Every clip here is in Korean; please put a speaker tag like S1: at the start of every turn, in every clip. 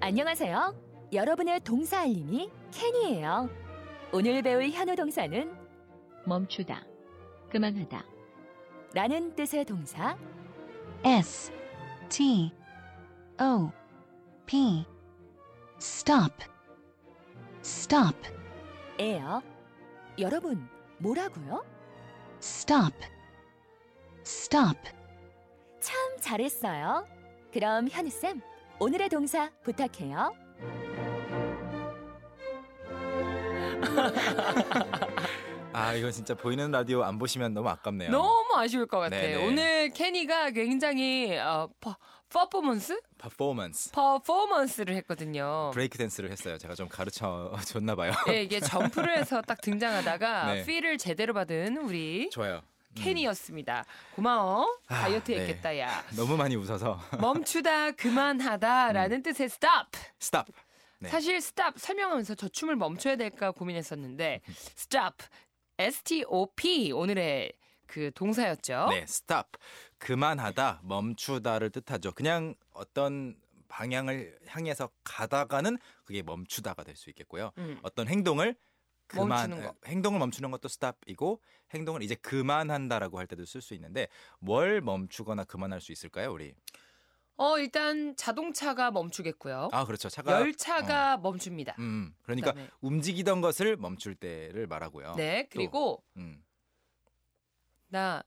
S1: 안녕하세요. 여러분의 동사 알림이 캔이에요. 오늘 배울 현우 동사는
S2: 멈추다, 그만하다,
S1: 라는 뜻의 동사
S3: S T O P Stop Stop
S1: 예요. 여러분, 뭐라고요?
S3: Stop Stop
S1: 참 잘했어요. 그럼 현우쌤, 오늘의 동사 부탁해요.
S4: 아 이건 진짜 보이는 라디오 안 보시면 너무 아깝네요.
S5: 너무 아쉬울 것 같아요.
S4: 네네.
S5: 오늘 케니가 굉장히 어, 퍼, 퍼포먼스?
S4: 퍼포먼스
S5: 퍼포먼스를 했거든요.
S4: 브레이크 댄스를 했어요. 제가 좀 가르쳐 줬나 봐요.
S5: 네, 이게 점프를 해서 딱 등장하다가
S4: 네.
S5: 필을 제대로 받은 우리
S4: 좋아요. 음,
S5: 케니였습니다. 고마워.
S4: 아,
S5: 다이어트
S4: 네.
S5: 했겠다, 야.
S4: 너무 많이 웃어서
S5: 멈추다, 그만하다라는 뜻의 stop.
S4: 스탑. 음. 네.
S5: 사실 stop 설명하면서 저 춤을 멈춰야 될까 고민했었는데
S4: 음.
S5: stop, S-T-O-P 오늘의 그 동사였죠.
S4: 네, 스탑. 그만하다, 멈추다를 뜻하죠. 그냥 어떤 방향을 향해서 가다가는 그게 멈추다가 될 수 있겠고요.
S5: 음.
S4: 어떤 행동을 그만
S5: 멈추는 거.
S4: 행동을 멈추는 것도 스탑이고 행동을 이제 그만한다라고 할 때도 쓸 수 있는데 뭘 멈추거나 그만할 수 있을까요, 우리?
S5: 어 일단 자동차가 멈추겠고요.
S4: 아, 그렇죠. 차가
S5: 어? 열차가 멈춥니다.
S4: 음, 그러니까 어,
S5: 그다음에-
S4: 움직이던 것을 멈출 때를 말하고요.
S5: 네 그리고
S4: 음,
S5: 나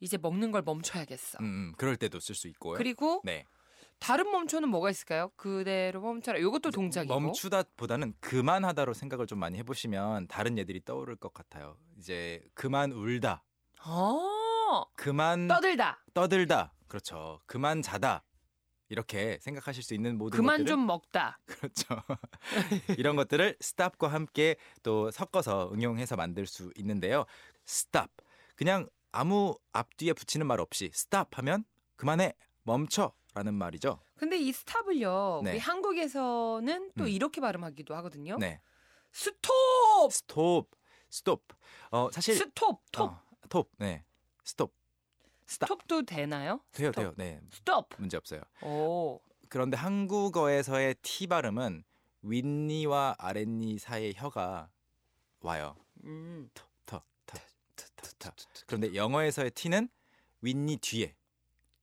S5: 이제 먹는 걸 멈춰야겠어.
S4: 음, 음, 그럴 때도 쓸 수 있고요.
S5: 그리고
S4: 네.
S5: 다른 멈춰는 뭐가 있을까요? 그대로 멈춰라. 이것도 동작이고.
S4: 멈추다보다는 그만하다로 생각을 좀 많이 해보시면 다른 예들이 떠오를 것 같아요. 이제 그만 울다,
S5: 어
S4: 그만
S5: 떠들다.
S4: 떠들... 다 그렇죠. 그만 자다. 이렇게 생각하실 수 있는 모든
S5: 그만
S4: 것들을
S5: 좀 먹다.
S4: 그렇죠. 이런 것들을 스탑과 함께 또 섞어서 응용해서 만들 수 있는데요. 스탑. 그냥 아무 앞뒤에 붙이는 말 없이 스탑 하면 그만해. 멈춰라는 말이죠.
S5: 근데 이 스탑을요.
S4: 네.
S5: 우리 한국에서는 또
S4: 음.
S5: 이렇게 발음하기도 하거든요.
S4: 네.
S5: 스톱,
S4: 스톱. 스톱. 어, 사실
S5: 스톱, 톱,
S4: 어, 톱. 네. 스톱. 스탑.
S5: 톱도 되나요?
S4: 돼요,
S5: 스톱.
S4: 돼요. 네.
S5: 스톱.
S4: 문제 없어요.
S5: 오,
S4: 그런데 한국어에서의 T 발음은 윗니와 아랫니 사이의 혀가 와요.
S5: 음,
S4: 타타타. 그런데 영어에서의 T는 윗니 뒤에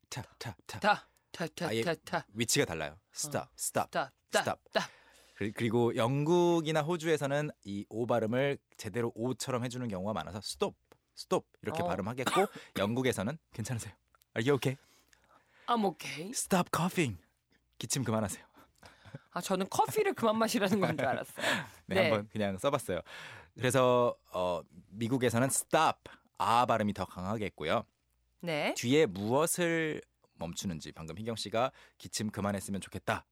S4: 타타타
S5: 다, 다, 다,
S4: 아예-
S5: 다, 다,
S4: 위치가 달라요.
S5: 어,
S4: 스탑 스탑.
S5: 다, 다,
S4: 스탑.
S5: 다.
S4: 그리- 그리고 영국이나 호주에서는 이 오 발음을 제대로 오처럼 해주는 경우가 많아서 스톱 스톱 이렇게
S5: 어.
S4: 발음하겠고 영국에서는 괜찮으세요? Are you okay?
S5: I'm okay.
S4: Stop coughing. 기침 그만하세요.
S5: 아 저는 커피를 그만 마시라는 건 줄 알았어요.
S4: 네,
S5: 네.
S4: 한번 그냥 써봤어요. 그래서 어, 미국에서는 stop 아 발음이 더 강하겠고요.
S5: 네.
S4: 뒤에 무엇을 멈추는지 방금 희경 씨가 기침 그만했으면 좋겠다.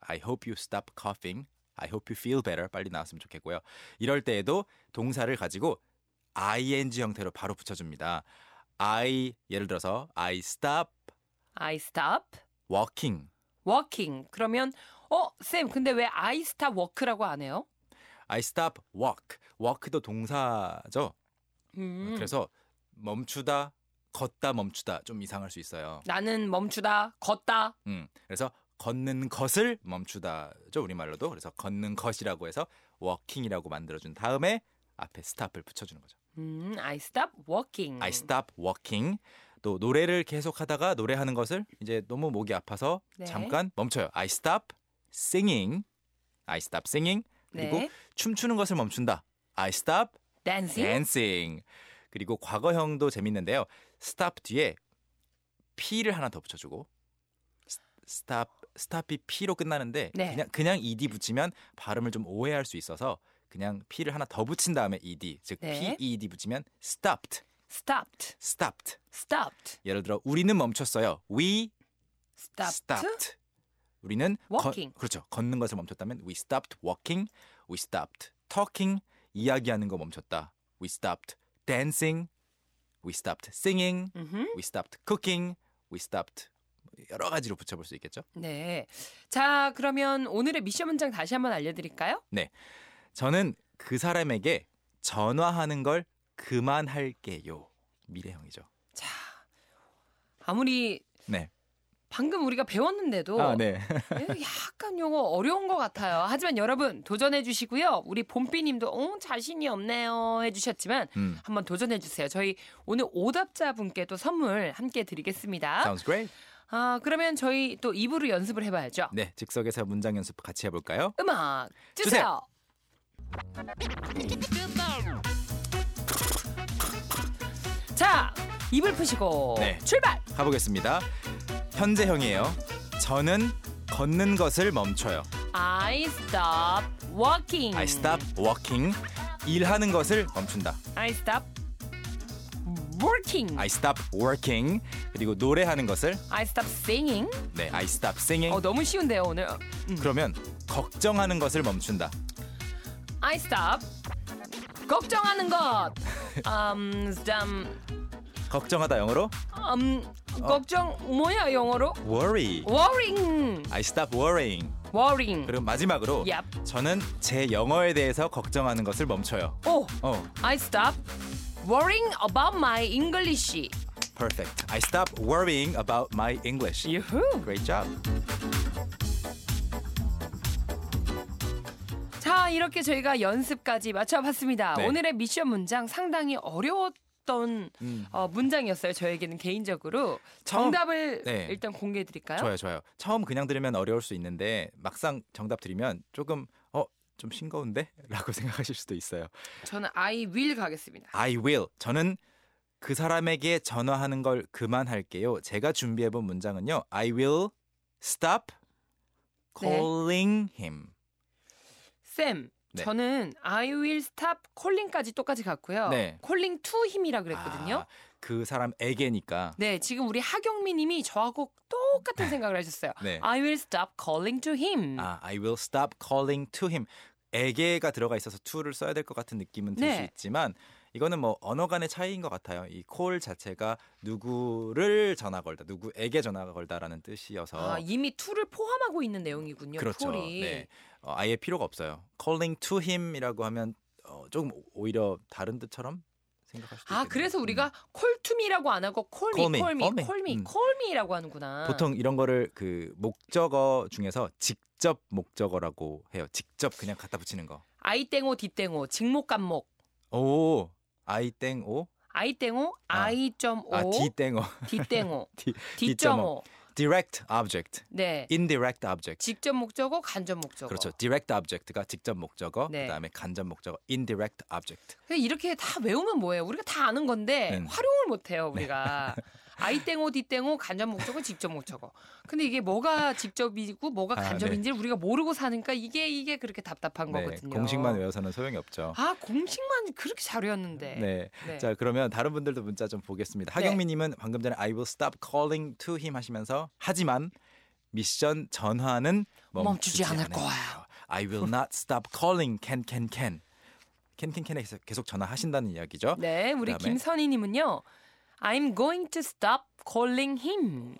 S4: I hope you stop coughing. I hope you feel better. 빨리 나왔으면 좋겠고요. 이럴 때에도 동사를 가지고 ing 형태로 바로 붙여줍니다. I 예를 들어서 I stop
S5: I stop
S4: walking.
S5: walking. 그러면 어 쌤 근데 왜 I stop walk라고 안 해요?
S4: I stop walk. walk도 동사죠.
S5: 음.
S4: 아, 그래서 멈추다, 걷다, 멈추다 좀 이상할 수 있어요.
S5: 나는 멈추다 걷다.
S4: 음, 그래서 걷는 것을 멈추다죠 우리 말로도 그래서 걷는 것이라고 해서 워킹이라고 만들어준 다음에 앞에 스탑을 붙여주는 거죠.
S5: 음, I stop walking.
S4: I stop walking. 또 노래를 계속하다가 노래하는 것을 이제 너무 목이 아파서
S5: 네.
S4: 잠깐 멈춰요. I stop singing. I stop singing. 그리고
S5: 네.
S4: 춤추는 것을 멈춘다. I stop
S5: dancing.
S4: 네. dancing. 그리고 과거형도 재밌는데요. stop 뒤에 p를 하나 더 붙여주고 s- stop stop이 p로 끝나는데
S5: 네.
S4: 그냥 그냥 ed 붙이면 발음을 좀 오해할 수 있어서 그냥 p를 하나 더 붙인 다음에 ed 즉
S5: 네.
S4: ped 붙이면 stopped
S5: stopped.
S4: stopped.
S5: stopped.
S4: 예를 들어 우리는 멈췄어요. we
S5: stopped.
S4: stopped. 우리는 거-
S5: Walking.
S4: 그렇죠. 걷는 것을 멈췄다면 we stopped walking, we stopped talking, 이야기하는 거 멈췄다. we stopped dancing, we stopped singing,
S5: 음흠.
S4: we stopped cooking, we stopped 여러 가지로 붙여볼 수 있겠죠.
S5: 네. 자, 그러면 오늘의 미션 문장 다시 한번 알려 드릴까요?
S4: 저는 그 사람에게 전화하는 걸 그만할게요. 미래형이죠.
S5: 자. 아무리
S4: 네,
S5: 방금 우리가 배웠는데도
S4: 아, 네.
S5: 예, 약간 요거 어려운 것 같아요. 하지만 여러분 도전해 주시고요. 우리 봄비님도 어, 자신이 없네요 해주셨지만
S4: 음.
S5: 한번 도전해 주세요. 저희 오늘 오답자 분께도 선물 함께 드리겠습니다.
S4: Sounds great.
S5: 아 그러면 저희 또 입으로 연습을 해봐야죠.
S4: 네, 즉석에서 문장 연습 같이 해볼까요?
S5: 음악 주세요.
S4: 주세요.
S5: 자 입을 푸시고
S4: 네.
S5: 출발.
S4: 가보겠습니다. 현재형이에요. 저는 걷는 것을 멈춰요.
S5: I stop walking.
S4: I stop walking. 일하는 것을 멈춘다.
S5: I stop working.
S4: I stop working. 그리고 노래하는 것을
S5: I stop singing.
S4: 네, I stop singing.
S5: 어 네, 음. 너무 쉬운데요 오늘.
S4: 그러면 걱정하는 것을 멈춘다.
S5: I stop 걱정하는 것. um, um,
S4: 걱정하다 영어로
S5: um,
S4: 어.
S5: 걱정 뭐야 영어로?
S4: worry.
S5: Worrying.
S4: I stop worrying.
S5: Worrying.
S4: 그리고 마지막으로
S5: Yep.
S4: 저는 제 영어에 대해서 걱정하는 것을 멈춰요.
S5: 오,
S4: 어,
S5: I stop worrying about my English.
S4: perfect. I stop worrying about my English.
S5: 유후.
S4: Great job.
S5: 자 이렇게 저희가 연습까지 맞춰봤습니다.
S4: 네.
S5: 오늘의 미션 문장 상당히 어려웠던
S4: 음.
S5: 어, 문장이었어요. 저에게는 개인적으로
S4: 처음-
S5: 정답을
S4: 어. 네.
S5: 일단 공개해 드릴까요?
S4: 좋아요, 좋아요. 처음 그냥 들으면 어려울 수 있는데 막상 정답 들으면 조금 어, 좀 싱거운데라고 생각하실 수도 있어요.
S5: 저는 I will 가겠습니다.
S4: I will. 저는 그 사람에게 전화하는 걸 그만할게요. 제가 준비해 본 문장은요. I will stop
S5: 네.
S4: calling him.
S5: 쌤,
S4: 네.
S5: 저는 I will stop calling까지 똑같이 갔고요.
S4: 네.
S5: calling to 힘이라 그랬거든요.
S4: 아, 그 사람에게니까.
S5: 네, 지금 우리 하경미님이 저하고 똑같은 생각을 하셨어요.
S4: 네.
S5: I will stop calling to him.
S4: 아, I will stop calling to him. 에게가 들어가 있어서 to를 써야 될 것 같은 느낌은 들 수
S5: 네.
S4: 있지만 이거는 뭐 언어 간의 차이인 것 같아요. 이 call 자체가 누구를 전화 걸다, 누구에게 전화 걸다라는 뜻이어서
S5: 아, 이미 to를 포함하고 있는 내용이군요.
S4: 그렇죠.
S5: 콜이.
S4: 네. 어, 아예 필요가 없어요. calling to him이라고 하면 어, 조금 오히려 다른 뜻처럼 생각할 수도
S5: 아,
S4: 있겠네요. 음.
S5: 그래서 우리가 call to me라고 안 하고 call
S4: 뭐, Call
S5: me,
S4: me, call
S5: call me,
S4: me.
S5: call me,
S4: 음.
S5: call me라고
S4: 음.
S5: 하는구나.
S4: 보통 이런 거를 그 목적어 중에서 직접 목적어라고 해요. 직접 그냥 갖다 붙이는 거.
S5: I 땡오, D 땡오, 직목 간목.
S4: 오, I 땡 오,
S5: I 땡오,
S4: 아.
S5: I.O,
S4: 아 D 땡 오,
S5: D 땡오,
S4: D-
S5: D
S4: D.O.
S5: 점오.
S4: direct object,
S5: 네.
S4: indirect object.
S5: 직접 목적어, 간접 목적어.
S4: 그렇죠. direct object가 직접 목적어,
S5: 네.
S4: 그다음에 간접 목적어, indirect object.
S5: 근데 이렇게 다 외우면 뭐예요? 우리가 다 아는 건데
S4: 네.
S5: 활용을 못 해요, 우리가. 아이 땡오 디 땡오 간접 목적어 직접 목적어. 근데 이게 뭐가 직접이고 뭐가
S4: 아,
S5: 간접인지 를 우리가 모르고 사니까 이게 이게 그렇게 답답한
S4: 네,
S5: 거거든요.
S4: 공식만 외워서는 소용이 없죠.
S5: 아, 공식만 그렇게 잘 외웠는데.
S4: 네.
S5: 네.
S4: 자 그러면 다른 분들도 문자 좀 보겠습니다.
S5: 네.
S4: 하경민님은 방금 전에 I will stop calling to him 하시면서 하지만 미션 전화는 멈추지,
S5: 멈추지 않을
S4: 않아요.
S5: 거야.
S4: I will not stop calling. Can can can. can can can에 계속 전화하신다는 이야기죠.
S5: 네, 우리
S4: 그다음에.
S5: 김선희 님은요. I'm going to stop calling him.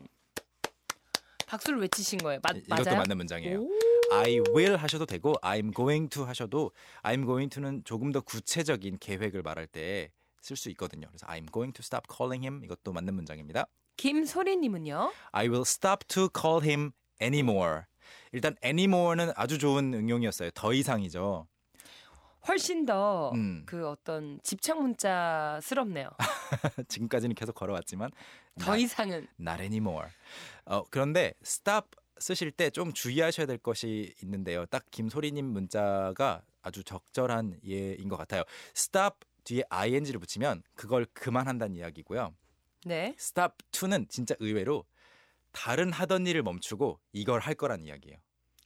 S5: 박수를 외치신 거예요. 맞,
S4: 이- 이것도
S5: 맞아요?
S4: 맞는 문장이에요.
S5: 오.
S4: I will 하셔도 되고 I'm going to 하셔도 I'm going to는 조금 더 구체적인 계획을 말할 때 쓸 수 있거든요. 그래서 I'm going to stop calling him 이것도 맞는 문장입니다.
S5: 김소리 님은요.
S4: I will stop to call him anymore. 일단 anymore는 아주 좋은 응용이었어요. 더 이상이죠.
S5: 훨씬 더 그
S4: 음,
S5: 어떤 집착 문자스럽네요.
S4: 지금까지는 계속 걸어왔지만
S5: 더
S4: 네.
S5: 이상은
S4: not, not anymore. 어, 그런데 stop 쓰실 때 좀 주의하셔야 될 것이 있는데요. 딱 김소리님 문자가 아주 적절한 예인 것 같아요. stop 뒤에 ing를 붙이면 그걸 그만한다는 이야기고요.
S5: 네.
S4: stop to는 진짜 의외로 다른 하던 일을 멈추고 이걸 할 거란 이야기예요.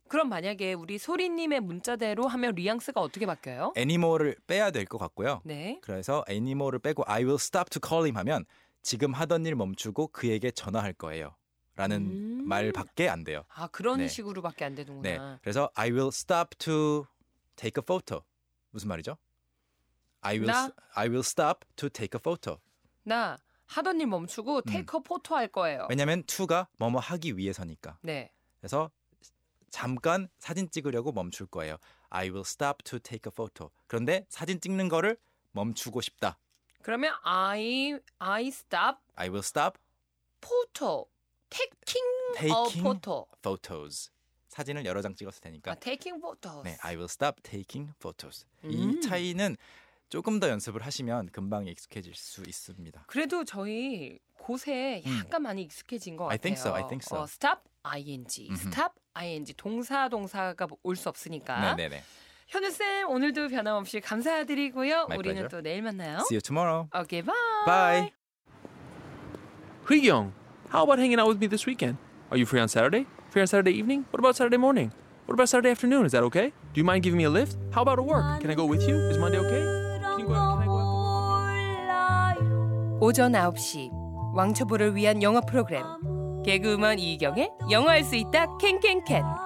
S5: 그럼 만약에 우리 소리님의 문자대로 하면 리앙스가 어떻게 바뀌어요?
S4: anymore를 빼야 될 것 같고요.
S5: 네.
S4: 그래서 애니모를 빼고 I will stop to call him 하면 지금 하던 일 멈추고 그에게 전화할 거예요. 라는
S5: 음.
S4: 말밖에 안 돼요.
S5: 아 그런
S4: 네.
S5: 식으로밖에 안
S4: 네.
S5: 되는구나.
S4: 그래서 I will stop to take a photo. 무슨 말이죠? I will
S5: 나?
S4: s- I will stop to take a photo.
S5: 나 하던 일
S4: 음.
S5: 멈추고 테이크 포토 할 거예요.
S4: 왜냐면 to가 뭐뭐 하기 위해서니까.
S5: 네.
S4: 그래서 잠깐 사진 찍으려고 멈출 거예요. I will stop to take a photo. 그런데 사진 찍는 거를 멈추고 싶다.
S5: 그러면 I I stop
S4: I will stop
S5: photo taking
S4: taking
S5: photo.
S4: photos. 사진을 여러 장 찍었을 테니까
S5: 아, taking photos.
S4: 네, I will stop taking photos.
S5: 음.
S4: 이 차이는 조금 더 연습을 하시면 금방 익숙해질 수 있습니다.
S5: 그래도 저희 곳에
S4: 음.
S5: 약간 많이 익숙해진 것 같아요.
S4: I think so, I think so.
S5: 어, stop ing,
S4: 음흠.
S5: stop ing 동사 동사가 올 수 없으니까.
S4: 네, 네, 네.
S5: 현우 쌤 오늘도 변함없이 감사드리고요.
S4: My
S5: 우리는
S4: pleasure.
S5: 또 내일 만나요.
S4: See you tomorrow.
S5: Okay, bye.
S4: Bye.
S6: Young, how about hanging out with me this weekend? Are you free on Saturday? Free on Saturday evening? What about Saturday morning? What about Saturday afternoon? Is that okay? Do you mind giving me a lift? How about at work? Can I go with you? Is Monday okay? Can you go out? Can I go out?
S5: 오전 9시 왕초보를 위한 영어 프로그램 개그우먼 이경의 영어할 수 있다 캔캔캔.